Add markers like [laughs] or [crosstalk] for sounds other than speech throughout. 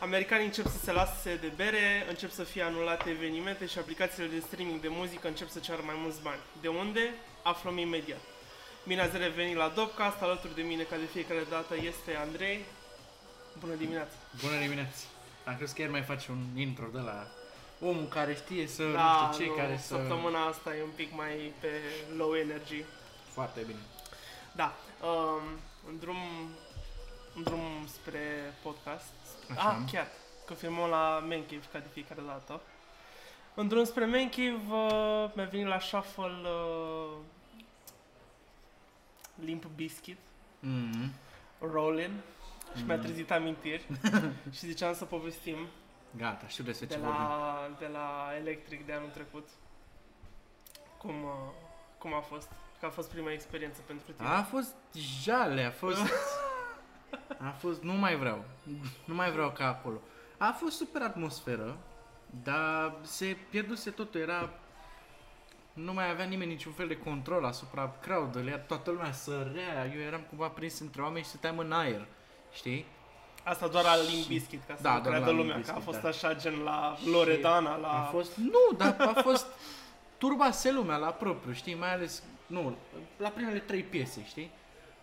Americanii încep să se lase de bere, încep să fie anulate evenimente și aplicațiile de streaming de muzică încep să ceară mai mulți bani. De unde? Aflăm imediat. Bine ați revenit la Dopcast, alături de mine ca de fiecare dată este Andrei. Bună dimineața! Bună dimineața! Am crezut că ieri mai face un intro de la omul care știe să nu știu Da, ce, nu, care să... săptămâna asta e un pic mai pe low energy. Foarte bine. Da, um, în drum, în drum spre podcast. Așa. Ah, chiar, că filmăm la Man Cave ca de fiecare dată. În drum spre Man Cave uh, mi-a venit la shuffle uh, Limp Biscuit, Mm-hmm. Rollin și Mm. mi-a trezit amintiri [laughs] și ziceam să povestim Gata, știu despre de ce vorbim. la, de la Electric de anul trecut. Cum, uh, cum a fost? Că a fost prima experiență pentru tine. A fost jale, a fost... [laughs] A fost, nu mai vreau, nu mai vreau ca acolo. A fost super atmosferă, dar se pierduse totul, era... Nu mai avea nimeni niciun fel de control asupra crowd-ului, era toată lumea sărea, eu eram cumva prins între oameni și stăteam în aer, știi? Asta doar la Limp Bizkit, ca să Da, da, nu doar la creadă Limp lumea, că a Bizkit, fost da. așa gen la Loredana, la... A fost, nu, dar a fost turbase lumea la propriu, știi, mai ales, nu, la primele trei piese, știi?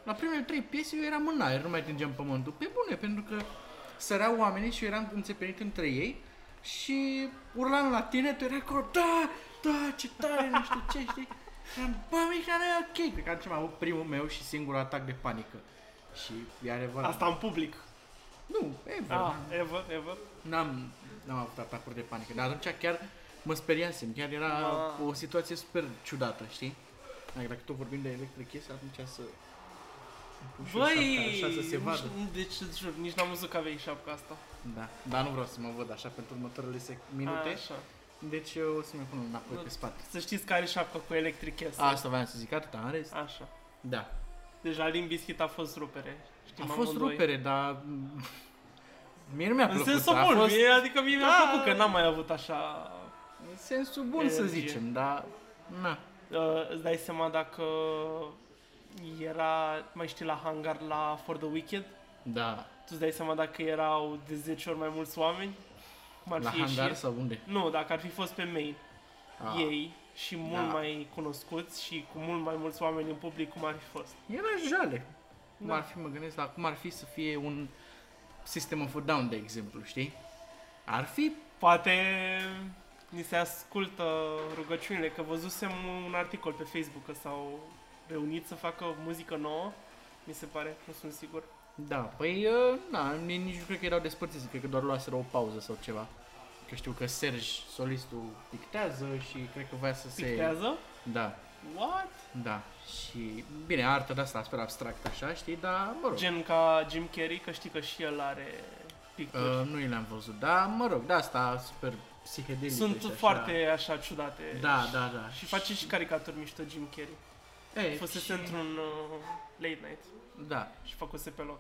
La primele trei piese eu eram în aer, nu mai atingeam pământul, pe bune, pentru că săreau oamenii și eu eram înțepenit între ei și urlam la tine, tu erai acolo, da, da, ce tare, nu știu ce, știi? Și am, bă, mica, nu e ok, cred că atunci am avut primul meu și singurul atac de panică. Și e adevărat. Asta în public. Nu, e Ah, bun. ever, ever. N-am, n-am avut atacuri de panică, dar atunci chiar mă speriasem, chiar era Ma. o situație super ciudată, știi? Dacă, dacă tot vorbim de electric yes, atunci să... îmi pun și eu Băi, șapca așa să se vadă. nici- deci îți jur, nici n-am văzut că aveai șapca asta. Da, dar nu vreau să mă văd așa pentru următoarele sec- minute, Așa. deci eu o să mi pun înapoi pe spate. Să știți care șapca cu Electric Castle. Asta v-am să zic, atâta, în rest. Așa. Da. Deci la Limp Bizkit a fost rupere. Știm A fost amândoi. rupere, dar... Mie nu mi-a În plăcut, sensul a bun, fost... mie, adică mie mi-a Da. plăcut că n-am mai avut așa În sensul bun, să Energie. zicem, dar... Na, Uh, îți dai seama dacă era, mai știi, la hangar la For the Wicked? da. Tu îți dai seama dacă erau de 10 ori mai mulți oameni? Cum ar La fi ieșit? hangar sau unde? Nu, dacă ar fi fost pe main Ah. ei și mult Da. mai cunoscuți și cu mult mai mulți oameni în public, cum ar fi fost? Era jale. Cum Da. ar fi, mă gândesc, la cum ar fi să fie un System of a Down, de exemplu, știi? Ar fi, Poate ni se ascultă rugăciunile, că văzusem un articol pe Facebook că s-au reunit să facă muzică nouă, mi se pare, nu sunt sigur. da, păi, uh, na, ni- nici nu cred că erau despărțiți, cred că doar luaseră o pauză sau ceva. Că știu că Serge, solistul, pictează și cred că voia să se... Pictează? Da, What? da. Și, bine, artă de asta, super abstract, așa, știi, dar, mă rog. Gen ca Jim Carrey, că știi că și el are picturi. Uh, nu i le-am văzut, dar, mă rog, de asta, super psihedelice Sunt și așa. foarte așa ciudate. Da, Și- da, da. Și face și caricaturi mișto Jim Carrey. E, Fusese și- într-un uh, late night Da, și făcuse pe loc.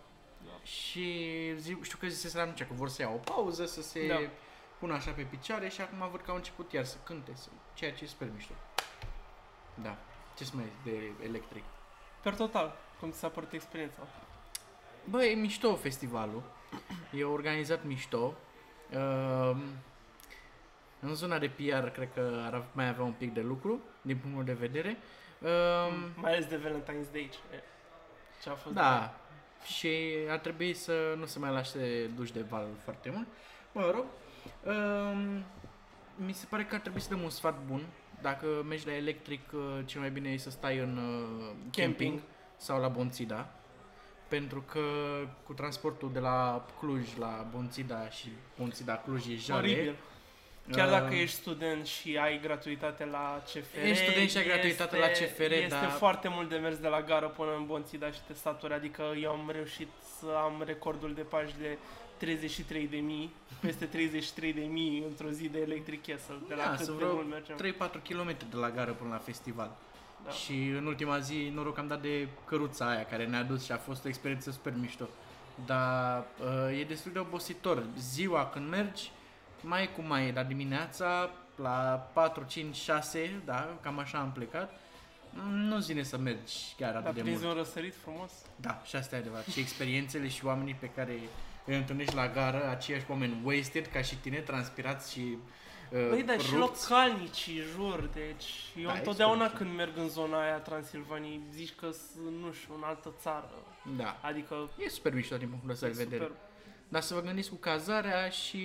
Și zi, știu că zisese la anunce că vor să ia o pauză, să se Da. da. pună așa pe picioare și acum văd că au început iar să cânte, să, ceea ce e super mișto. Da. Ce mai de electric? Per total, cum ți s-a părut experiența? Bă, e mișto festivalul. E organizat mișto. Uh, în zona de PR cred că ar av- mai avea un pic de lucru, din punctul meu de vedere. Uh, Mai ales de Valentine's Day. Ce, ce a fost? Da. Și ar trebui să nu se mai lase duși de val foarte mult. Mă rog. Um, mi se pare că ar trebui să dăm un sfat bun. Dacă mergi la electric, uh, cel mai bine e să stai în uh, Camping. camping sau la Bonțida. Pentru că cu transportul de la Cluj la Bonțida și Bonțida Cluj e jale. Oribil. Chiar dacă Uh, ești student și ai gratuitate la CFR, Ești student și ai gratuitate la este- CFR, este dar- foarte mult de mers de la gară până în Bonțida și te saturi, adică eu am reușit să am recordul de pași de 33.000, peste 33.000 într-o zi de Electric Castle, de la Da, cât sunt de vreo mult mergeam. 3-4 km de la gară până la festival. Da. Da. Și în ultima zi, noroc, am dat de căruța aia care ne-a dus și a fost o experiență super mișto. Dar uh, e destul de obositor. Ziua când mergi, mai e cum mai e, dar dimineața la 4, 5, 6, da, cam așa am plecat, nu zine să mergi chiar Dar atât de prins mult. un răsărit frumos. Da, și asta e adevărat. Și experiențele și oamenii pe care îi întâlnești la gară aceiași oameni wasted ca și tine, transpirați și uh, Băi, Păi, dar și rupți. localnicii, jur, deci eu Da, întotdeauna este când merg în zona aia Transilvaniei, zici că sunt, nu știu, în altă țară. Da. Adică, E super mișto din punctul ăsta e de vedere. super. Dar să vă gândiți cu cazarea și...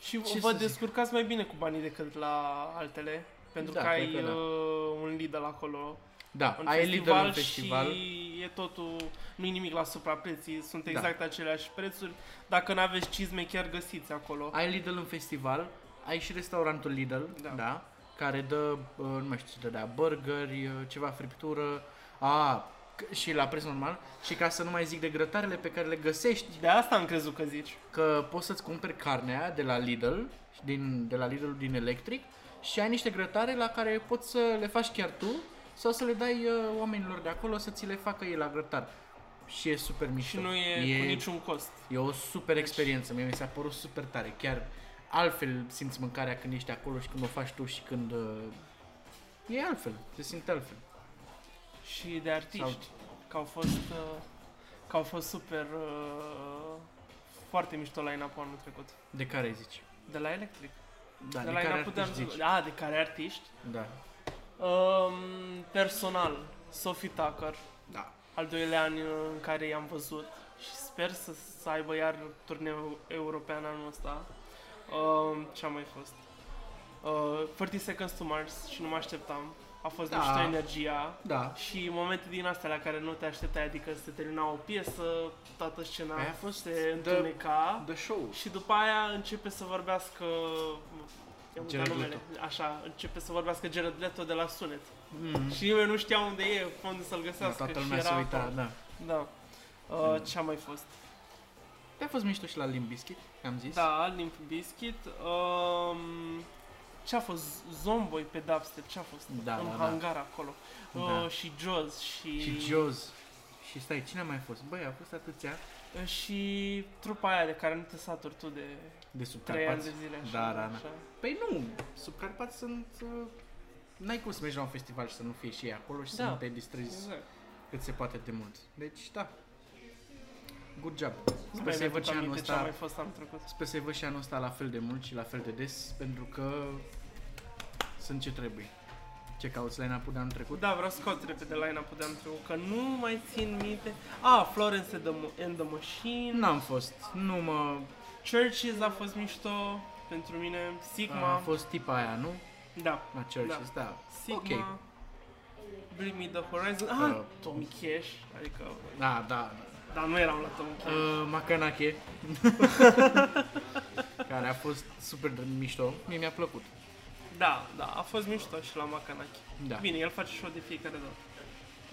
Și Ce vă să zic? descurcați mai bine cu banii decât la altele, pentru Da, că cred ai că da. uh, un Lidl acolo, Da, un ai Lidl festival, în festival. și e totul, nu-i nimic la suprapreții, sunt Da. exact aceleași prețuri. Dacă n-aveți cizme, chiar găsiți acolo. Ai Lidl în festival, ai și restaurantul Lidl, Da. da, da care dă, uh, nu mai știu ce dădea, burgeri, uh, ceva friptură, a, c- și la preț normal, și ca să nu mai zic de grătarele pe care le găsești, De asta am crezut că zici. că poți să-ți cumperi carnea de la Lidl, din, de la Lidl din Electric, și ai niște grătare la care poți să le faci chiar tu, sau să le dai uh, oamenilor de acolo să ți le facă ei la grătar. Și e super mișto. Și nu e, e cu niciun cost. E o super experiență, mie mi s-a părut super tare, chiar altfel simți mâncarea când ești acolo și când o faci tu și când... uh, E altfel, se simte altfel. Și de artiști, că au fost, uh, că au fost super, uh, foarte mișto la up anul trecut. De care zici? De la Electric. Da, de de, la care Line-up-ul de artiști anul- zici? A, de care artiști? Da. Um, personal, Sophie Tucker, Da. al doilea an uh, în care i-am văzut și sper să, să aibă iar turneul european anul ăsta. Um, ce-a mai fost? Uh, 30 Seconds to Mars și nu mă așteptam. A fost Da. mișto energia Da. și momente din astea la care nu te așteptai, adică se termina o piesă, toată scena Aia a fost se de- întuneca The show. și după aia începe să vorbească i-am uitat Jared numele, Leto. așa, începe să vorbească Jared Leto de la sunet. Mm. Și nimeni nu știa unde e, unde să-l Da, găsească. toată și lumea era se uita, Hmm. acolo. da. Da. Uh, ce a mai fost? A fost mișto și la Limp Bizkit, am zis. Da, Limp Bizkit. Um, ce a fost? Zomboi pe dubstep, ce a fost? Da, în da, da. hangar acolo. Uh, Da. Și Jaws și... Și Jaws. Și stai, cine a mai fost? Băi, a fost atâția și trupa aia de care nu te saturi tu de de trei ani subcarpați. de zile. Așa, Da, da, da. așa. Păi nu, subcarpați sunt... uh, N-ai cum să mergi la un festival și să nu fie și ei acolo și Da. să nu te distrezi Exact. cât se poate de mult. Deci, da. Good job. Nu Sper mai să-i mi-aduc văd și anul aminte ce a mai ăsta. fost anul trecut. Sper să-i văd și anul ăsta la fel de mult și la fel de des, pentru că sunt ce trebuie. Ce cauți la ul de anul trecut? Da, vreau să caut repede line-up-ul de anul trecut, că nu mai țin minte. Ah, Florence and the, and the Machine. Da, N-am fost. Nu mă... Churches a fost mișto pentru mine. Sigma. A fost tipa aia, nu? Da. La Churches, da. da. Sigma. Ok. Bring me the horizon. Ah, Uh, Tommy Cash. Adică, Da, da. dar nu eram la Tommy Cash. Uh, Macanache. [laughs] care a fost super de mișto. Mie mi-a plăcut. Da, da, a fost mișto și la Macanaki. Da. Bine, el face show de fiecare dată.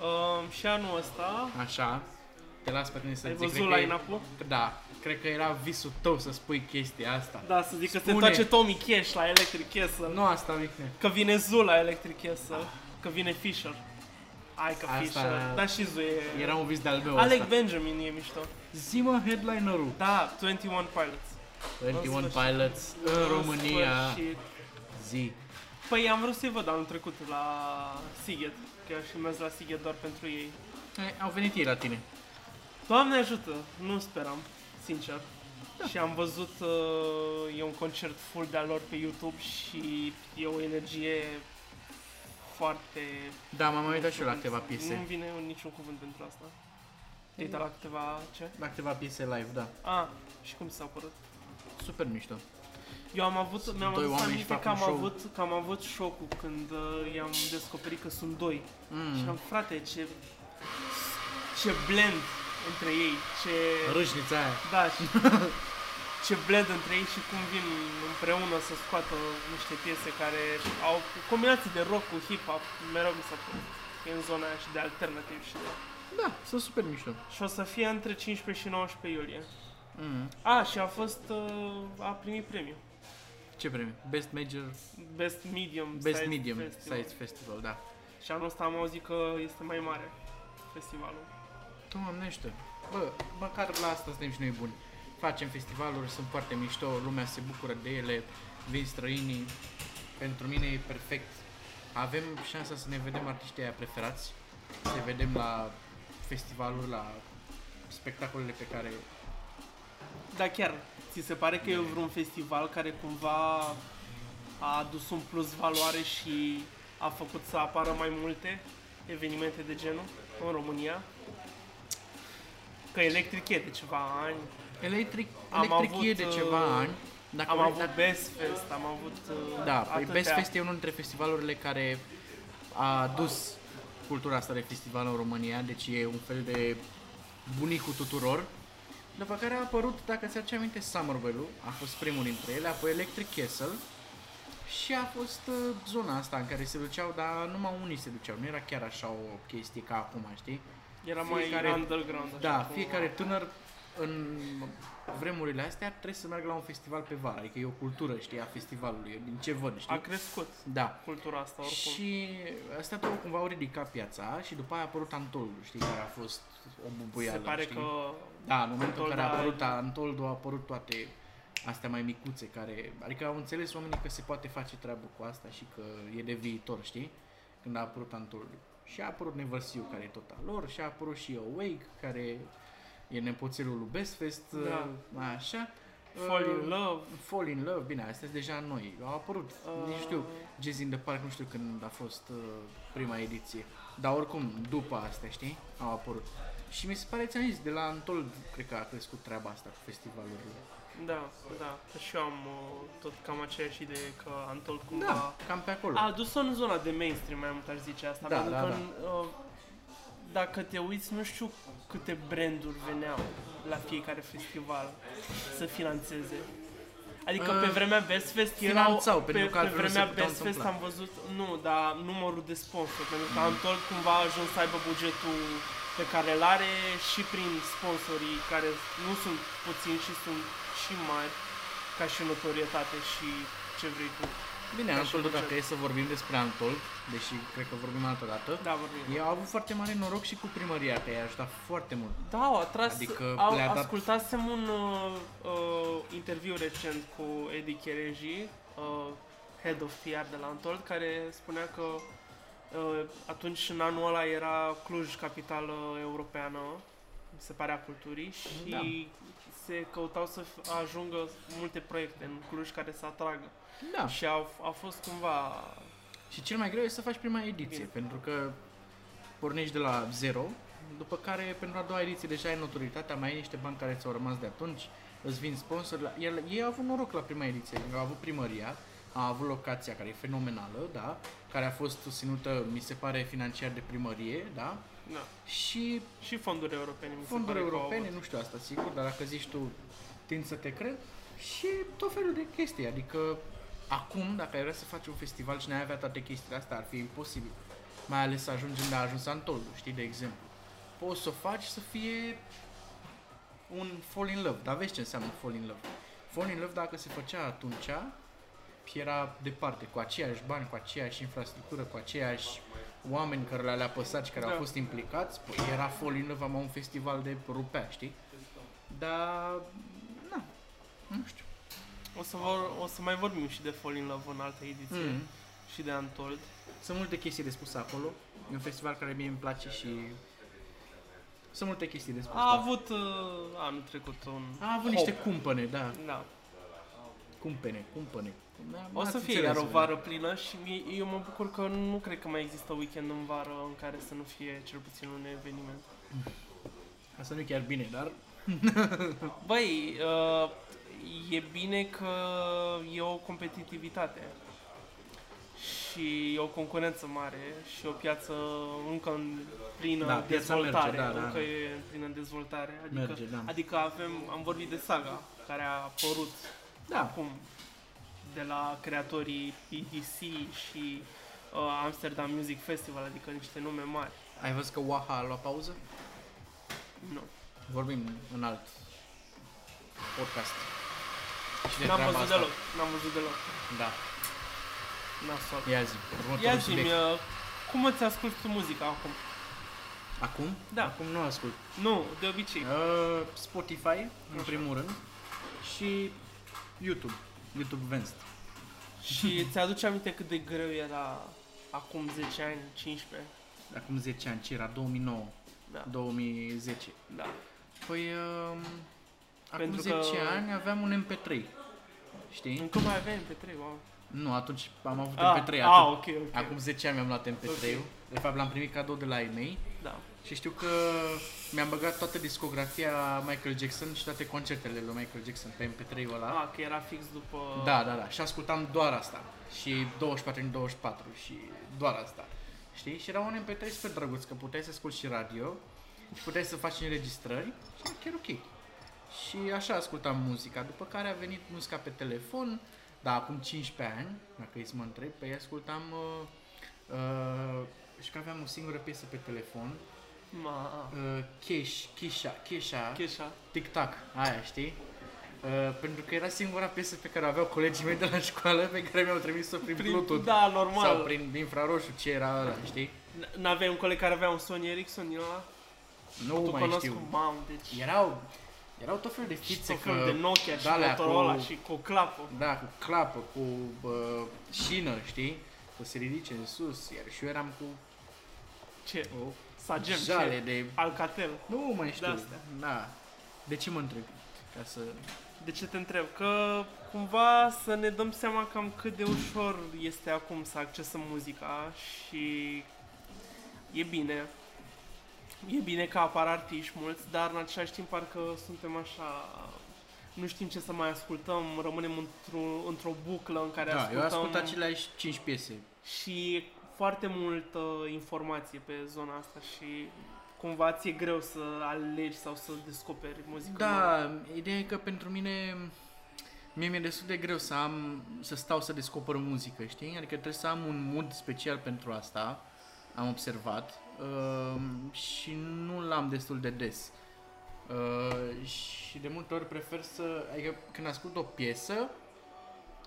Um, și anul ăsta, Așa. Te las pe tine să ai zic. văzut cred că e- line-up-ul? Da, cred că era visul tău să spui chestia asta. Da, să zic că se Spune. întoarce Tommy Cash la Electric Castle. Nu asta, Mihne. Că vine Zu la Electric Castle, că vine Fisher. Ai că Asta- Fisher, da și Zu e... Era un vis de-al meu Alec ăsta. Benjamin e mișto. Zima headlinerul. Da, 21 Pilots. 21 în sfârșit. Pilots în România. sfârșit. Zi. Păi am vrut să-i văd anul trecut la Siget, că și mers la Siget doar pentru ei. Hai, Au venit ei la tine. Doamne ajută, nu speram, sincer. Și am văzut, uh, e un concert full de-a lor pe YouTube și e o energie foarte Da, m-am Nu mai uitat și știu eu la cum câteva să- Nu-mi piese. vine un- niciun cuvânt pentru asta. Te-ai uitat la câteva... ce? La câteva piese live, da. Ah, și cum s-a părut? Super mișto. Eu am avut, Sunt mi-am doi adus oameni și aminte fac că am, un show. avut, că am avut șocul când uh, i-am descoperit că sunt doi. Și am, Mm. frate, ce, ce blend între ei, ce... Râșnița aia. Da, și [laughs] ce blend între ei și cum vin împreună să scoată niște piese care au combinații de rock cu hip-hop, mereu mi s-a părut. E în zona aia și de alternativ și de... Da, sunt super mișto. Și o să fie între 15 și 19 iulie. Mm. A, și a fost, uh, a primit premiu. Ce premiu? Best Major, Best Medium Best Size Medium Festival. Size Festival, da. Și anul ăsta am auzit că este mai mare festivalul. Doamne, ăștia. Bă, măcar la asta suntem și noi buni. Facem festivaluri, sunt foarte mișto, lumea se bucură de ele, vin străinii. Pentru mine e perfect. Avem șansa să ne vedem artiștii aia preferați, să ne vedem la festivaluri, la spectacolele pe care Dar chiar, ți se pare că e vreun festival care cumva a adus un plus valoare și a făcut să apară mai multe evenimente de genul în România? Că Electric e de ceva ani, Electric, Am electric avut, e de ceva uh, ani. Dacă am vrei, avut dacă- Best Fest, am avut uh, Da, păi atâtea. Best Fest e unul dintre festivalurile care a adus cultura asta de festival în România, deci e un fel de bunicul tuturor. După care a apărut, dacă ți-aduce aminte, Summerwell-ul, a fost primul dintre ele, apoi Electric Castle și a fost uh, zona asta în care se duceau, dar numai unii se duceau, nu era chiar așa o chestie ca acum, știi? Era mai fiecare- underground. așa Da, cum- fiecare tânăr în vremurile astea trebuie să meargă la un festival pe vară, adică e o cultură, știi, a festivalului, e din ce văd, știi? A crescut Da. cultura asta oricum. Și astea două cumva au ridicat piața și după aia a apărut Antoldu, știi, care a fost o bubuială, se pare știi? că Da, în momentul în Antoldu care a apărut a- Antoldu, au apărut toate astea mai micuțe care... Adică au înțeles oamenii că se poate face treabă cu asta și că e de viitor, știi? Când a apărut Antoldu. Și a apărut Neversiu, care e tot al lor, și a apărut și Awake, care e nepoțelul lui Bestfest, Da. așa. Fall Uh, in Love, Fall in Love, bine, astea sunt deja noi, au apărut, uh... nici Uh. nu știu, Jazz in the Park, nu știu când a fost uh, prima ediție, dar oricum, după astea, știi, au apărut. Și mi se pare, ți-am zis, de la Antol, cred că a crescut treaba asta cu festivalurile. da, da, că și eu am uh, tot cam aceeași idee că Antol cumva Da, cam pe acolo. a adus-o în zona de mainstream, mai mult aș zice asta, Da, pentru da, că da. în, uh, dacă te uiți, nu știu câte branduri veneau la fiecare festival să financeze. Adică pe Uh, vremea Best Fest erau, finanțau, pe, pentru că pe altfel nu se vremea puteau Best Fest întâmpla. am văzut, nu, dar numărul de sponsori, pentru că Antol cumva a ajuns să aibă bugetul pe care îl are și prin sponsorii care nu sunt puțini și sunt și mari ca și notorietate și ce vrei tu. Bine, Ca și Antol, buget. dacă e să vorbim despre Antol, deși cred că vorbim altă dată, Da, vorbim. ei au avut foarte mare noroc și cu primăria, că i-a ajutat foarte mult. Da, au atras, Adică adică au, le-a dat- ascultasem un uh, uh, interviu recent cu Eddie Chereji, uh, head of PR de la Antold, care spunea că uh, atunci în anul ăla era Cluj capitală europeană, mi se pare a culturii, și Da. se căutau să f- ajungă multe proiecte în Cluj care să atragă. Da. Și au, a fost cumva... Și cel mai greu e să faci prima ediție, Bine. pentru că pornești de la zero, după care pentru a doua ediție deja ai notorietatea, mai ai niște bani care ți-au rămas de atunci, îți vin sponsori, la... iar ei au avut noroc la prima ediție, adică au avut primăria, a avut locația care e fenomenală, da, care a fost susținută, mi se pare, financiar de primărie, da, Na. și Și fonduri europene, mi se fonduri pare că au europene, avut. nu știu asta sigur, dar dacă zici tu, tind să te cred și tot felul de chestii, adică acum, dacă ai vrea să faci un festival și n-ai avea toate chestiile astea, ar fi imposibil. Mai ales să ajungi unde a ajuns Antoldu, știi, de exemplu. Poți să o faci să fie un fall in love, dar vezi ce înseamnă fall in love. Fall in love, dacă se făcea atunci, era departe, cu aceiași bani, cu aceeași infrastructură, cu aceiași oameni care le-a apăsat și care au Da. fost implicați, păi era Fall in Love, am un festival de rupea, știi? Dar, na, nu știu. O să, vor, o să mai vorbim și de Fall in Love în altă ediție. Mm. și de Antold. Sunt multe chestii de spus acolo, e un festival care mie îmi place și sunt multe chestii de spus. A da. avut uh, anul trecut un... a avut niște cumpăne, da, Da. cumpene, cumpăne. Da, O să ați fie înțeles, iar o bine. vară plină și mie- eu mă bucur că nu cred că mai există weekend în vară în care să nu fie cel puțin un eveniment. Asta nu e chiar bine, dar Băi, uh, e bine că e o competitivitate și e o concurență mare și o piață încă în plină Da, piața merge, dezvoltare. da, da, încă da. e în plină dezvoltare. Adică, Merge, da. adică avem, am vorbit de saga care a apărut da, acum de la creatorii EDC și uh, Amsterdam Music Festival, adică niște nume mari. ai văzut că Waha a luat pauză? Nu. Vorbim în alt podcast. Și de N-am treaba văzut asta. deloc, n-am văzut deloc. Da. Nasol. Ia zi, Ia următorul zi-mi, subiect. uh, cum îți asculti tu muzica acum? Acum? Da. Acum nu ascult. Nu, de obicei. Uh, Spotify, în Așa. primul rând, și YouTube. YouTube Vanced. Și ți-aduce aminte cât de greu era acum 10 ani, 15? Acum 10 Da. ani, ce era? 2009, Da, 2010. da. Păi, uh, Acum Pentru 10 că- ani aveam un MP3. Știi? Încă mai avem pe 3, wow. Nu, atunci am avut Ah, MP3. ah, atunci. ok, ok. Acum 10 ani mi-am luat MP3-ul. De fapt, l-am primit cadou de la ei mei. Da. Și știu că mi-am băgat toată discografia Michael Jackson și toate concertele lui Michael Jackson pe MP3-ul ăla. Ah, că era fix după... Da, da, da. Și ascultam doar asta. Și 24 în 24 și doar asta. Știi? Și era un MP3 super drăguț, că puteai să asculti și radio, și puteai să faci înregistrări și era chiar ok. Și așa ascultam muzica, după care a venit muzica pe telefon, da, acum 15 ani, dacă ei să mă întreb, pe ei ascultam... Uh, uh, și că aveam o singură piesă pe telefon, Ma... ah, uh, Kesh, Kisha, Kisha, Cheșa. Tic Tac, aia, știi? Uh, pentru că era singura piesă pe care o aveau colegii mei de la școală pe care mi-au trimis-o prin, prin Bluetooth Da, normal. sau prin infraroșu, ce era ăla, știi? N- N-aveai un coleg care avea un Sony Ericsson din ăla? Nu tu mai cunosc știu. cu mam, deci... Erau, erau tot felul de și fițe tot că... felul de Nokia și de-alea Motorola cu- și cu o clapă. Da, cu clapă, cu uh, șină, știi? Să se ridice în sus, iar și eu eram cu Ce? o Sagem, jale ce? de... Alcatel. Nu mai știu, De-astea. da. De ce mă întreb? Ca să... De ce te întreb? Că cumva să ne dăm seama cam cât de ușor este acum să accesăm muzica și e bine. E bine că apar artiști mulți, dar în același timp parcă suntem așa... Nu știm ce să mai ascultăm, rămânem într-o, într-o buclă în care Da, eu ascultăm... ascult aceleași 5 piese. și e foarte multă informație pe zona asta și cumva ți-e greu să alegi sau să descoperi muzică nouă. Da, ideea e că pentru mine mie mi-e destul de greu să am să stau să descoper muzică, știi? Adică trebuie să am un mood special pentru asta, am observat, um, și nu l-am destul de des. Uh, și de multe ori prefer să, adică când ascult o piesă,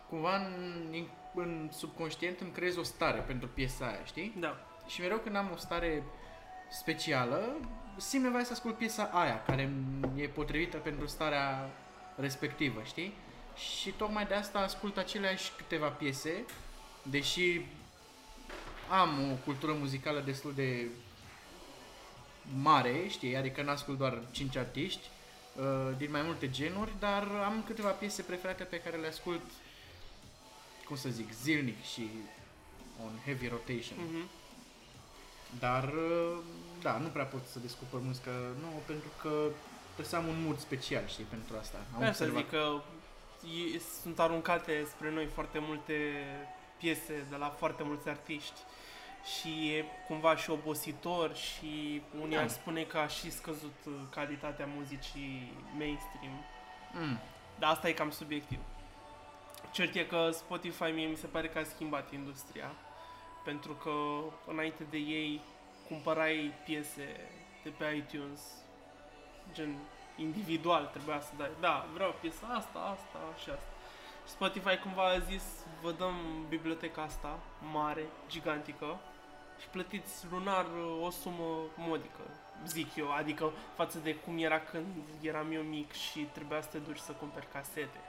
cumva în, în subconștient îmi creez o stare pentru piesa aia, știi? Da. Și mereu când am o stare specială, simt nevoia să ascult piesa aia, care îmi e potrivită pentru starea respectivă, știi? Și tocmai de asta ascult aceleași câteva piese, deși am o cultură muzicală destul de mare, știi, adică n-ascult doar 5 artiști uh, din mai multe genuri, dar am câteva piese preferate pe care le ascult, cum să zic, zilnic și on heavy rotation. Mhm. Dar, uh, da, nu prea pot să descoper muzică nouă pentru că trebuie să am un mood special, știi, pentru asta. Am Am să observat. zic că e- sunt aruncate spre noi foarte multe piese de la foarte mulți artiști și e cumva și obositor și unii Da. ar spune că a și scăzut uh, calitatea muzicii mainstream. Mm. Dar asta e cam subiectiv. Cert e că Spotify mie mi se pare că a schimbat industria. Pentru că înainte de ei cumpărai piese de pe iTunes, gen individual trebuia să dai. Da, vreau piesa asta, asta și asta. Spotify cumva a zis, vă dăm biblioteca asta mare, gigantică și plătiți lunar uh, o sumă modică, zic eu, adică față de cum era când eram eu mic și trebuia să te duci să cumperi casete.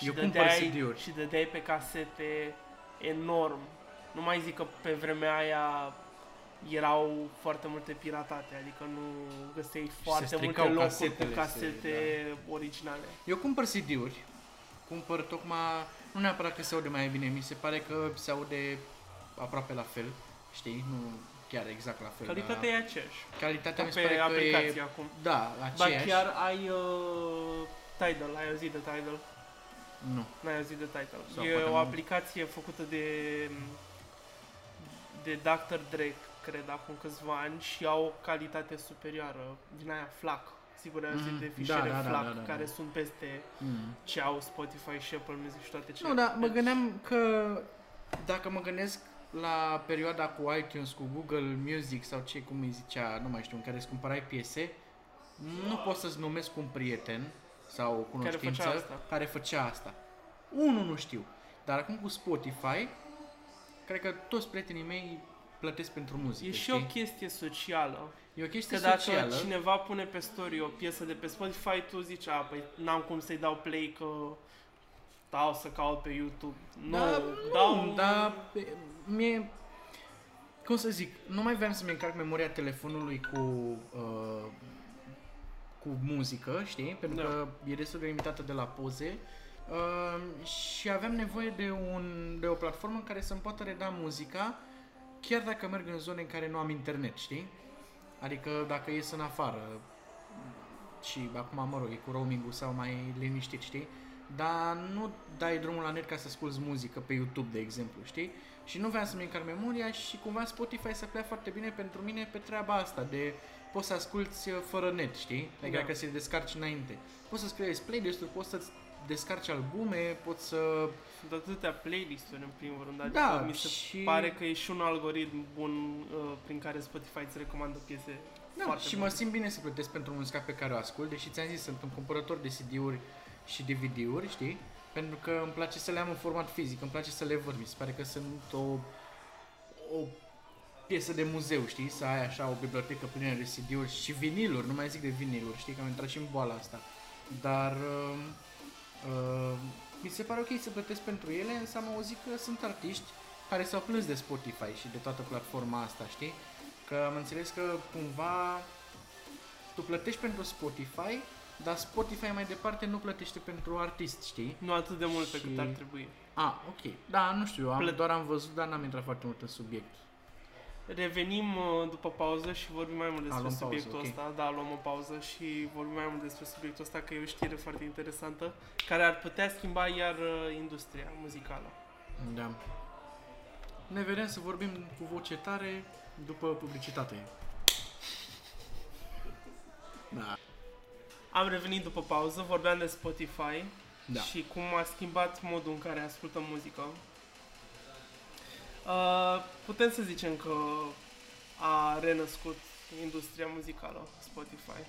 Eu cumpăr dădeai- CD-uri. Și dădeai pe casete enorm. Nu mai zic că pe vremea aia erau foarte multe piratate, adică nu găseai foarte multe stricau locuri casetele, cu se- da. casete originale. Eu cumpăr CD-uri, cumpăr tocmai, nu neapărat că se aude mai bine, mi se pare că se aude aproape la fel, știi, nu chiar exact la fel. Calitatea e aceeași. dar calitatea mi se Pe pare că aplicație e, acum. da, Ba aceeași. chiar ai uh, Tidal, ai auzit de Tidal? Nu. N-ai auzit de Tidal. Sau e poate o nu. aplicație făcută de de Dr. Dre, cred, acum câțiva ani și au o calitate superioară din aia FLAC. Sigur, ai auzit Mhm. de Da, fișiere da, da, FLAC, da, da, da. care sunt peste Mm. ce au Spotify și Apple Music și toate cele. Nu, dar mă Deci- gândeam că dacă mă gândesc la perioada cu iTunes, cu Google Music sau ce cum îi zicea, nu mai știu, în care îți cumpărai piese, nu pot să-ți numesc un prieten sau o cunoștință făcea asta. care făcea asta. Unul nu știu. Dar acum cu Spotify, cred că toți prietenii mei plătesc pentru muzică, E și o știi? chestie socială. E o Că chestie dacă socială. cineva pune pe story o piesă de pe Spotify, tu zici, a, păi n-am cum să-i dau play că stau să caut pe YouTube. Nu, Da, dau... nu, dar e, mie, cum să zic, nu mai vreau să-mi încarc memoria telefonului cu, uh, cu muzică, știi? Pentru Da. că e destul de limitată de la poze. Uh, și aveam nevoie de, un, de o platformă în care să-mi poată reda muzica chiar dacă merg în zone în care nu am internet, știi? Adică dacă ies în afară și acum, mă rog, e cu roaming-ul sau mai liniștit, știi? Dar nu dai drumul la net ca să asculti muzică pe YouTube, de exemplu, știi? Și nu vreau să-mi încar memoria și cumva Spotify se plea foarte bine pentru mine pe treaba asta de poți să asculti fără net, știi? Adică Da. dacă se descarci înainte. Poți să-ți creezi playlist-uri, poți să-ți descarci albume, poți să Sunt atâtea playlist-uri în primul rând, adică Da, mi se și- pare că e și un algoritm bun uh, prin care Spotify îți recomandă piese Da, foarte și bune. mă simt bine să plătesc pentru muzica pe care o ascult, deși ți-am zis, sunt un cumpărător de CD-uri și DVD-uri, știi? Pentru că îmi place să le am în format fizic, îmi place să le văd, mi se pare că sunt o, o piesă de muzeu, știi? Să ai așa o bibliotecă plină de CD-uri și viniluri, nu mai zic de viniluri, știi? Că am intrat și în boala asta. Dar uh, uh, mi se pare ok să plătesc pentru ele, însă am auzit că sunt artiști care s-au plâns de Spotify și de toată platforma asta, știi? Că am înțeles că cumva tu plătești pentru Spotify, dar Spotify mai departe nu plătește pentru artist, știi? Nu atât de mult pe Și- cât ar trebui. A, ok. Da, nu știu, am, Plă- doar am văzut, dar n-am intrat foarte mult în subiect. Revenim uh, după pauză și vorbim mai mult A, despre luăm pauză, subiectul ok. ăsta. Da, luăm o pauză și vorbim mai mult despre subiectul ăsta, că e o știre foarte interesantă, care ar putea schimba iar uh, industria muzicală. Da. Ne vedem să vorbim cu voce tare după publicitate. Da. Am revenit după pauză, vorbeam de Spotify Da. și cum a schimbat modul în care ascultă muzică. Uh, putem să zicem că a renăscut industria muzicală Spotify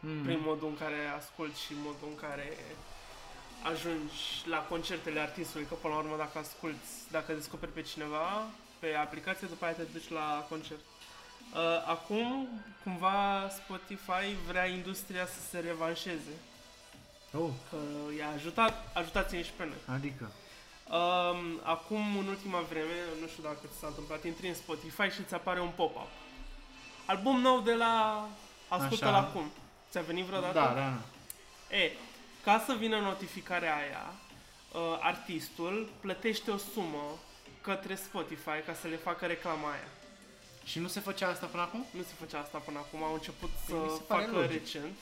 Mm. prin modul în care asculti și modul în care ajungi la concertele artistului, că până la urmă dacă asculti, dacă descoperi pe cineva pe aplicație, după aia te duci la concert. Uh, Acum, cumva, Spotify vrea industria să se revanșeze, Oh, că i-a ajutat, ajutați-ne și pe noi. adică. Um, acum, în ultima vreme, nu știu dacă ți s-a întâmplat, intri în Spotify și îți apare un pop-up. Album nou de la... Ascultă Așa. la cum. Ți-a venit Da, vreodată? da, da. E, ca să vină notificarea aia, uh, artistul plătește o sumă către Spotify ca să le facă reclama aia. Și nu se făcea asta până acum? Nu se făcea asta până acum, au început să Păi mi se pare facă logic. recent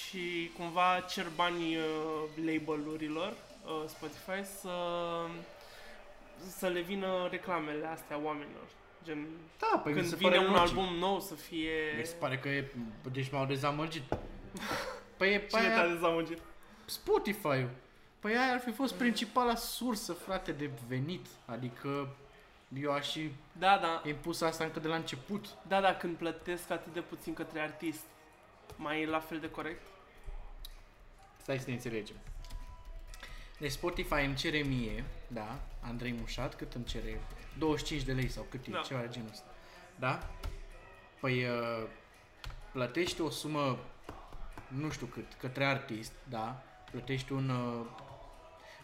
și cumva cer banii uh, label-urilor uh, Spotify să, să le vină reclamele astea oamenilor. Gen, Da, păi mi când se vine pare un logic. album nou să fie... Mi se pare că e... Deci m-au [laughs] dezamăgit. Păi e pe Cine te-a aia dezamăgit? Spotify-ul. Păi aia ar fi fost principala sursă, frate, de venit. Adică eu aș și Da, da, impus asta încă de la început. Da, da, când plătesc atât de puțin către artist, mai e la fel de corect? Stai să ne înțelegem. Deci Spotify îmi cere mie, da, Andrei Mușat, cât îmi cere? 25 de lei sau cât e, Da. da. ceva de genul ăsta. Da? Păi uh, plătești o sumă, nu știu cât, către artist, da? Plătești un... Uh,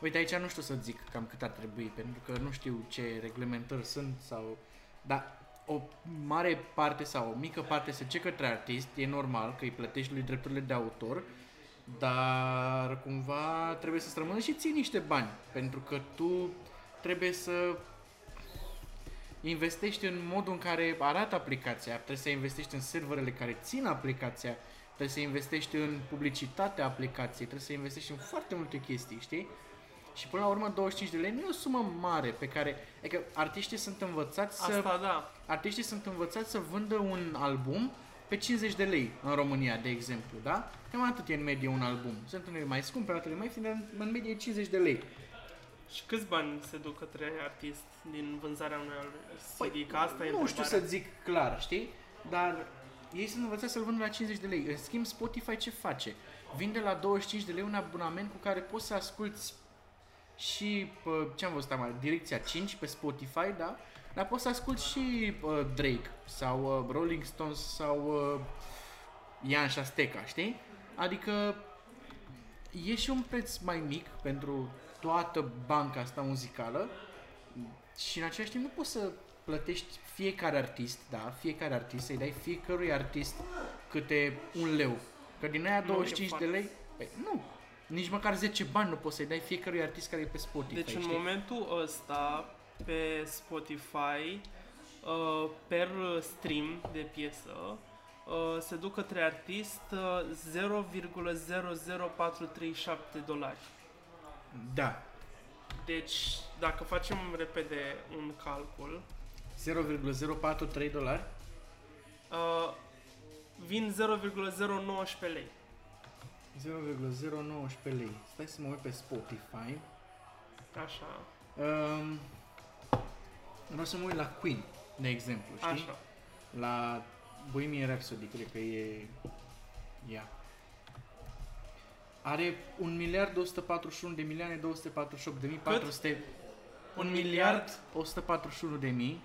uite, aici nu știu să zic cam cât ar trebui, pentru că nu știu ce reglementări sunt sau... Dar o mare parte sau o mică parte se ce către artist, e normal că îi plătești lui drepturile de autor, dar cumva trebuie să-ți rămână și ții niște bani, pentru că tu trebuie să investești în modul în care arată aplicația, trebuie să investești în serverele care țin aplicația, trebuie să investești în publicitatea aplicației, trebuie să investești în foarte multe chestii, știi? Și până la urmă 25 de lei nu e o sumă mare pe care... Adică artiștii sunt învățați să Asta da. artiștii sunt învățați să vândă un album pe 50 de lei în România, de exemplu, da? Cam atât e în medie un album. Sunt unele mai scumpe, altele mai fine, dar în- în medie e 50 de lei. Și câți bani se duc către artist din vânzarea unui al- CD? Că asta e Păi, nu știu să întrebarea. zic clar, știi? Dar ei sunt învățați să-l vândă la 50 de lei. În schimb, Spotify ce face? Vinde la 25 de lei un abonament cu care poți să asculti și pă, ce am văzut mai direcția 5 pe Spotify, da? Dar poți să asculti și uh, Drake sau uh, Rolling Stones sau uh, Ian Șasteca, știi? Adică e și un preț mai mic pentru toată banca asta muzicală și în același timp nu poți să plătești fiecare artist, da, fiecare artist, să-i dai fiecărui artist câte un leu. Că din aia Nu, 25 de e lei, păi nu, nici măcar 10 bani nu poți să-i dai fiecărui artist care e pe Spotify, Deci în știi? momentul ăsta pe Spotify uh, per stream de piesă uh, se duc către artist uh, 0,00437 dolari. Da, Deci dacă facem repede un calcul, 0,043 dolari. uh, vin 0,019 lei. 0,019 lei. Stai să mă uit pe Spotify. Așa, Um, vreau să mă uit la Queen, de exemplu, știi? așa. La Bohemian Rhapsody, cred că e... Ia. Are 1 miliard 141 de milioane 248 de mii 400... 1 miliard 141 de mii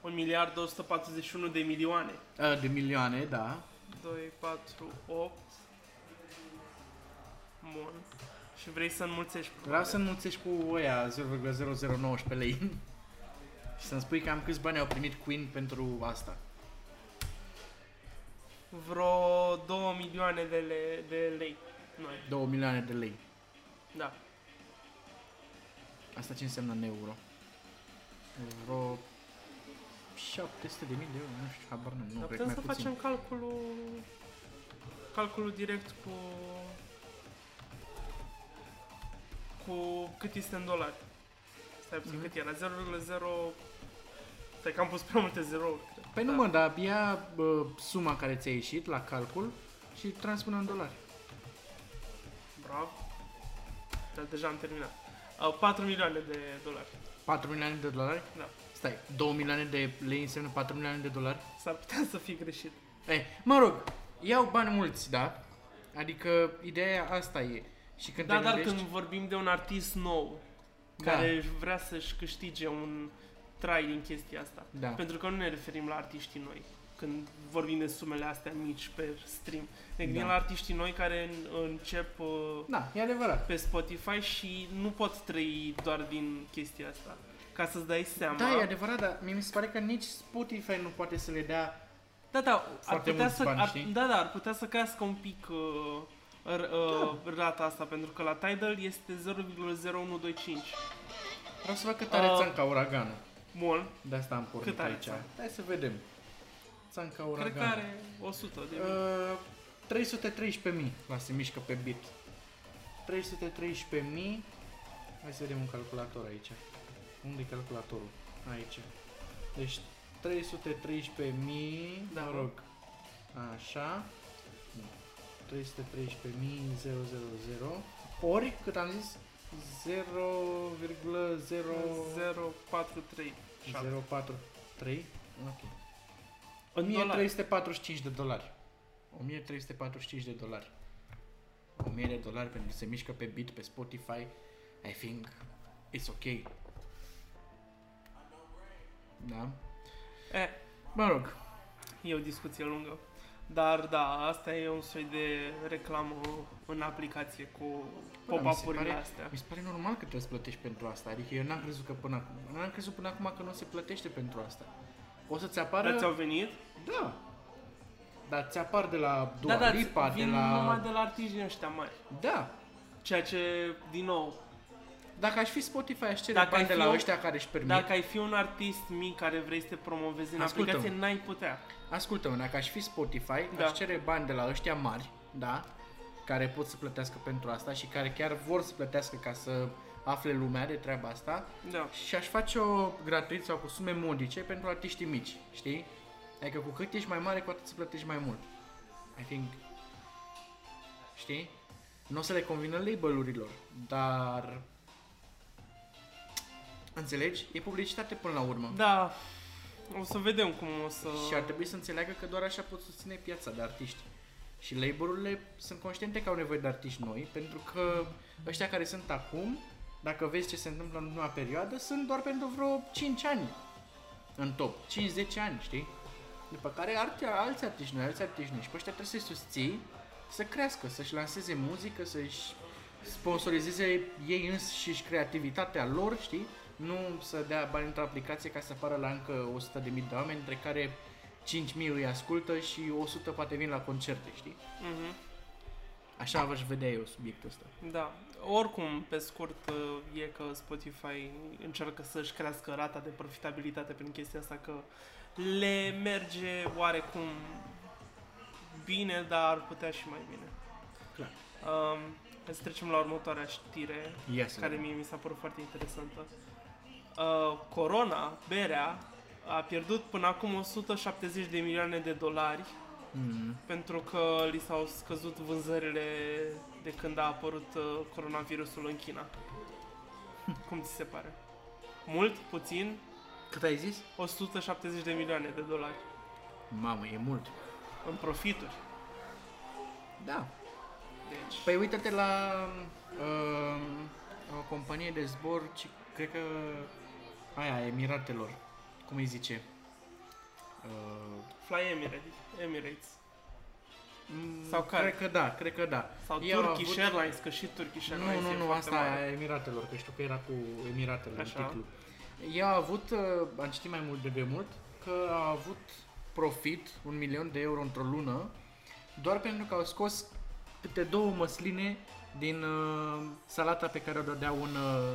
1 miliard 241 de milioane. uh, de milioane, da. 2, 4, 8. Bun. Și vrei să înmulțești cu Vreau să înmulțești cu oia 0,0019 lei [laughs] și să-mi spui cam câți bani au primit Queen pentru asta. Vreo 2 milioane de, le- de lei. Noi, 2 milioane de lei. da. Asta ce înseamnă în euro? Vreo 700 de mii de euro, nu știu, habar nu, nu Dar cred că putem mai să puțin. facem calculul... Calculul direct cu... Cu cât este în dolari. Stai puțin, Mhm. cât era? 0,0... Stai că am pus prea multe zerouri, cred. Da, Păi nu mă, dar ia bă, suma care ți-a ieșit la calcul și transpune în dolari. Bravo. Dar deja am terminat. Uh, 4 milioane de dolari. 4 milioane de dolari? Da. Stai, 2 milioane de lei înseamnă 4 milioane de dolari? S-ar putea să fi greșit. Eh, mă rog, iau bani mulți, da? Adică ideea asta e. Și când Da, te dar gândești, când vorbim de un artist nou Da. care își vrea să-și câștige un trai din chestia asta. Da. Pentru că nu ne referim la artiștii noi când vorbim de sumele astea mici pe stream. Ne gândim Da. la artiștii noi care în- încep uh, Da, e adevărat. pe Spotify și nu pot trăi doar din chestia asta. Ca să-ți dai seama. Da, e adevărat, dar mie mi se pare că nici Spotify nu poate să le dea... Da, da, ar Foarte putea, mulți să, bani, ar, știi? da, da, ar putea să crească un pic uh, r- uh, Da. rata asta, pentru că la Tidal este 0,0125. Vreau să văd cât are Ah. uh. ca uraganul. Bun, De asta am pornit Cât are aici. Țan? Hai să vedem. Țanca cred Uragan. că are 100 de mii. Uh, 313.000 la se mișcă pe bit. 313.000. Hai să vedem un calculator aici. Unde e calculatorul? Aici. Deci 313.000, da, Da. mă rog. Așa. Nu. 313.000 ori, cât am zis, 0,0 0,43. 043. Ok. În dolari. 1345 de dolari. 1345 de dolari. 1000 de dolari pentru că se mișcă pe beat, pe Spotify. I think it's ok. Da? Eh, Mă rog. e o discuție lungă. Dar da, asta e un soi de reclamă în aplicație cu Bă, da, mi se pop-up-urile pare- astea. Mi se pare normal că trebuie să plătești pentru asta. Adică eu n-am crezut că până acum, n-am crezut până acum că nu se plătește pentru asta. O să-ți apară... Dar ți-au venit? Da. Dar ți apar de la Dua Da, da, Lipa, de vin la... numai de la artiști din ăștia mari. Da. Ceea ce, din nou, Dacă aș fi Spotify, aș cere Dacă bani ai de fi la un- ăștia care își permit. Dacă ai fi un artist mic care vrei să te promovezi în Ascultă-mă. aplicație, n-ai putea. Ascultă-mă, dacă aș fi Spotify, Da. aș cere bani de la ăștia mari, da? Care pot să plătească pentru asta și care chiar vor să plătească ca să afle lumea de treaba asta Da. și aș face-o gratuit sau cu sume modice pentru artiștii mici, știi? Adică cu cât ești mai mare, cu atât să plătești mai mult. I think... Știi? Nu o să le convină labelurilor, dar... Înțelegi? E publicitate până la urmă. Da. O să vedem cum o să... Și ar trebui să înțeleagă că doar așa pot susține piața de artiști. Și laborurile sunt conștiente că au nevoie de artiști noi, pentru că ăștia care sunt acum, dacă vezi ce se întâmplă în ultima perioadă, sunt doar pentru vreo 5 ani în top. 5-10 ani, știi? După care arte, alți artiști noi, alți artiști noi. Și pe ăștia trebuie să-i susții să crească, să-și lanseze muzică, să-și sponsorizeze ei înșiși creativitatea lor, știi? Nu să dea bani într-o aplicație ca să apară la încă 100.000 de oameni, între care 5.000 îi ascultă și 100 poate vin la concerte, știi? Mhm. Așa v-aș vedea eu subiectul ăsta. Da, oricum, pe scurt, e că Spotify încearcă să-și crească rata de profitabilitate prin chestia asta, că le merge oarecum bine, dar ar putea și mai bine. Clar. Um, hai să trecem la următoarea știre, Ia să care vedem. mie mi s-a părut foarte interesantă. Uh, corona, berea, a pierdut până acum 170 de milioane de dolari Mm. pentru că li s-au scăzut vânzările de când a apărut uh, coronavirusul în China. [laughs] Cum ți se pare? Mult? Puțin? Cât ai zis? 170 de milioane de dolari Mamă, e mult. în profituri. Da. Deci, Păi uite-te la uh, o companie de zbor, ci, cred că aia, Emiratelor, cum îi zice? Uh, Fly Emirates, Emirates. mm, Sau care? Cred că da, cred că da. sau Ei au Turkish avut- Airlines, că și Turkish Nu, Airlines e nu, nu, foarte asta mare. e a Emiratelor, că știu că era cu Emiratele Așa. în titlu. Ei au avut, uh, am citit mai mult de demult, că au avut profit, un milion de euro într-o lună, doar pentru că au scos câte două măsline din uh, salata pe care o dădeau în, uh,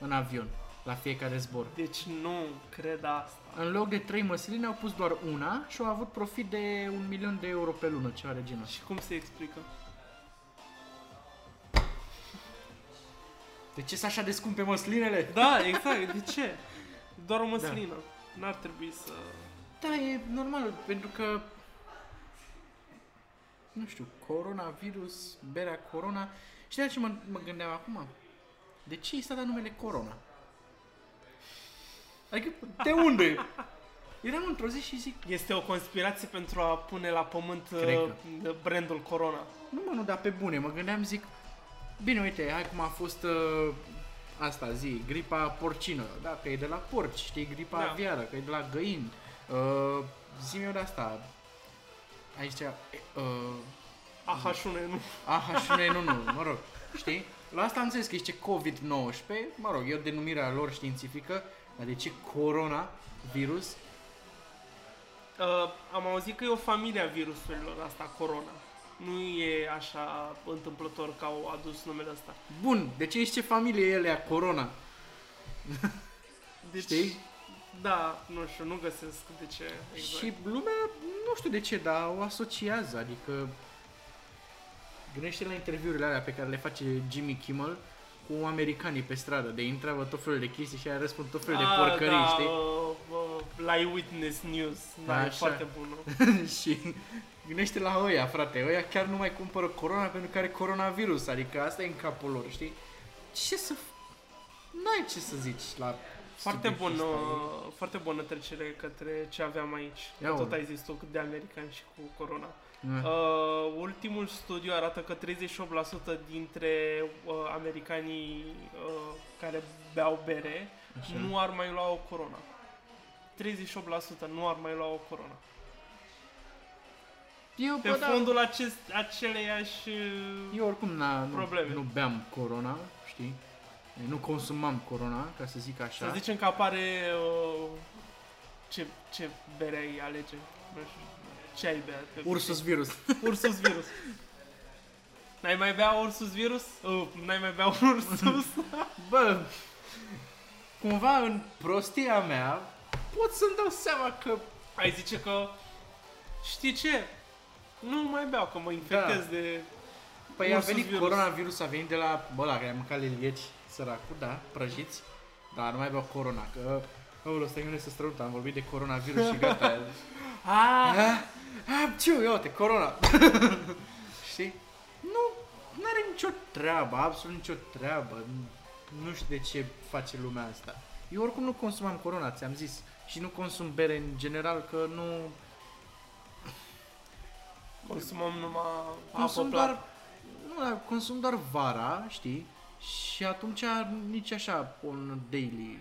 în avion, la fiecare zbor. Deci nu cred asta. În loc de trei măsline au pus doar una și au avut profit de un milion de euro pe lună, ceva de genul. Și cum se explică? De ce sunt așa de scumpe măslinele? Da, exact, de ce? Doar o măslină. N-ar trebui să... Da, e normal, pentru că nu știu, coronavirus, berea corona. Și de la ce mă, mă gândeam acum? De ce i s-a dat numele Corona? Adică, de unde? Eram într-o zi și zic, Este o conspirație pentru a pune la pământ Cred uh, brandul Corona. nu mă, nu, dar pe bune, mă gândeam, zic, bine, uite, hai cum a fost uh, asta, zi, gripa porcină, da, că e de la porci, știi, gripa Da. da. aviară, că e de la găini, uh, zi eu de asta, aici, uh, AH1N1. Aha, și noi nu, nu, mă rog, știi? La asta am zis că este COVID-19, mă rog, e o denumire a lor științifică, dar de ce corona virus? Uh, am auzit că e o familie a virusurilor asta, Corona. Nu e așa întâmplător că au adus numele ăsta. Bun, de ce este familie ele a corona? Deci, Știi? Da, nu știu, nu găsesc de ce exact. Și lumea, nu știu de ce, dar o asociază, adică... Gândește la interviurile alea pe care le face Jimmy Kimmel cu americanii pe stradă, de întreabă tot felul de chestii și aia răspund tot felul de Ah, porcării, da, știi? Uh, uh, la Eyewitness News, da, e Așa. foarte [laughs] bună. și gândește la ăia, frate, ăia chiar nu mai cumpără corona pentru că are coronavirus, adică asta e în capul lor, știi? Ce să... f- N-ai ce să zici la... Foarte subiectul bună, ăsta, e. foarte bună trecere către ce aveam aici. Ia Că tot uite. ai zis tu cât de american și cu corona. Da. Uh, ultimul studiu arată că 38% dintre uh, americanii uh, care beau bere Așa. nu ar mai lua o corona. 38% nu ar mai lua o corona. Eu, Pe bă, da, fondul acest, aceleiași... uh, eu oricum na, nu, Probleme. nu beam corona, știi? Nu consumam corona, ca să zic Să așa. zicem că apare uh, ce, ce bere ai alege. Nu știu. Ce ai bea? pe- Ursus virus. [laughs] Ursus virus. N-ai mai bea Ursus virus? Uh, n-ai mai bea [laughs] Ursus? Bă, cumva în prostia mea pot să-mi dau seama că Ai zice că știi ce? Nu mai beau că mă infectez Da. de Păi a Ursus venit virus. virus. coronavirus, a venit de la, bă, la care a mâncat lilieci, săracul, da, prăjiți, dar nu mai beau corona, că, aoleu, stai gândesc să strălut, am vorbit de coronavirus și [laughs] gata. A, Ah, ah, ciu, ia uite, corona. [laughs] Știi? Nu, n-are nicio treabă, absolut nicio treabă. Nu știu de ce face lumea asta. Eu oricum nu consumam corona, ți-am zis. Și nu consum bere în general, că nu... consumăm numai apă Consum doar... doar, nu, dar consum doar vara, știi? Și atunci nici așa un daily.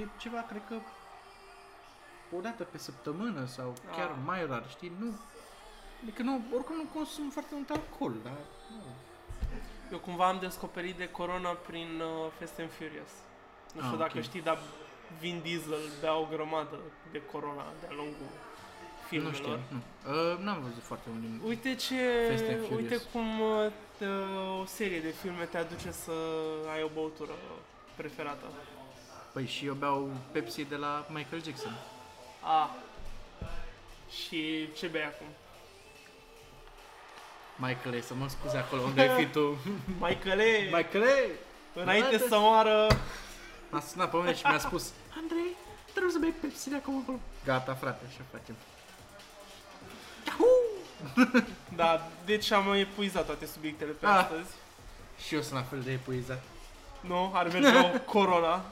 E ceva, cred că o dată pe săptămână sau Ah. chiar mai rar, știi? Nu, adică nu, oricum nu consum foarte mult alcool, dar nu. Eu cumva am descoperit de corona prin uh, Fast and Furious. Nu Ah, știu ok. dacă știi, dar Vin Diesel bea o grămadă de corona de-a lungul filmelor. Nu știu, nu. Uh, n-am văzut foarte mult din... Uite ce, Fast and Furious. uite cum uh, t- o serie de filme te aduce să ai o băutură preferată. Păi și eu beau Pepsi de la Michael Jackson. A. Ah. Și ce bei acum? Michael, să mă scuze acolo unde ai [laughs] fi tu. Michaele, Mike, Michael, înainte Mike- să moară... m-a sunat pe mine și mi-a spus Andrei, trebuie să bei Pepsi de acum acolo. Gata, frate, așa facem. Da, deci am epuizat toate subiectele pe Ah. astăzi. Și eu sunt la fel de epuizat. Nu, ar merge [laughs] o corona.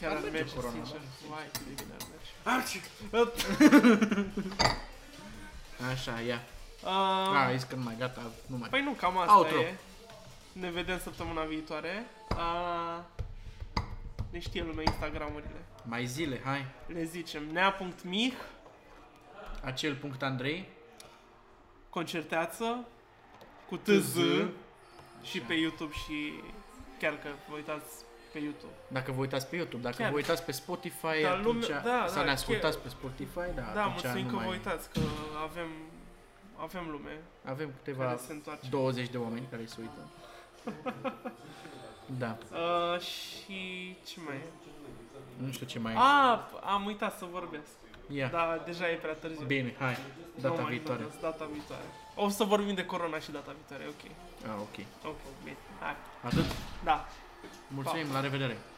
Chiar Ar ar, merge merge, corona, sincer. da. Vai, cât de bine ar merge. Așa, ia. Uh, A, zis că nu mai gata, nu mai. Păi nu, cam asta Ah, Outro. e. Ne vedem săptămâna viitoare. A, ne știe lumea Instagramurile. Mai zile, hai. Le zicem nea.mih, Acel punct Andrei. concerteață, cu TZ. TZ și pe YouTube și chiar că vă uitați pe YouTube. Dacă vă uitați pe YouTube, dacă Chiar. vă uitați pe Spotify, Dar atunci, lume- da, sau da, ne ascultați pe Spotify, da, Da, atunci mulțumim nu că mai... vă uitați, că avem, avem lume Avem care câteva se întoarce. 20 de oameni care se [laughs] uită. da, Uh, și ce mai e? nu știu ce mai e. A, am uitat să vorbesc, Ia, dar deja e prea târziu. bine, hai, Nu data mai viitoare. vorbesc, Data viitoare. O să vorbim de corona și data viitoare, ok. Ah, ok. Ok, bine. Hai. Atât? Da. Mulțumim, la revedere!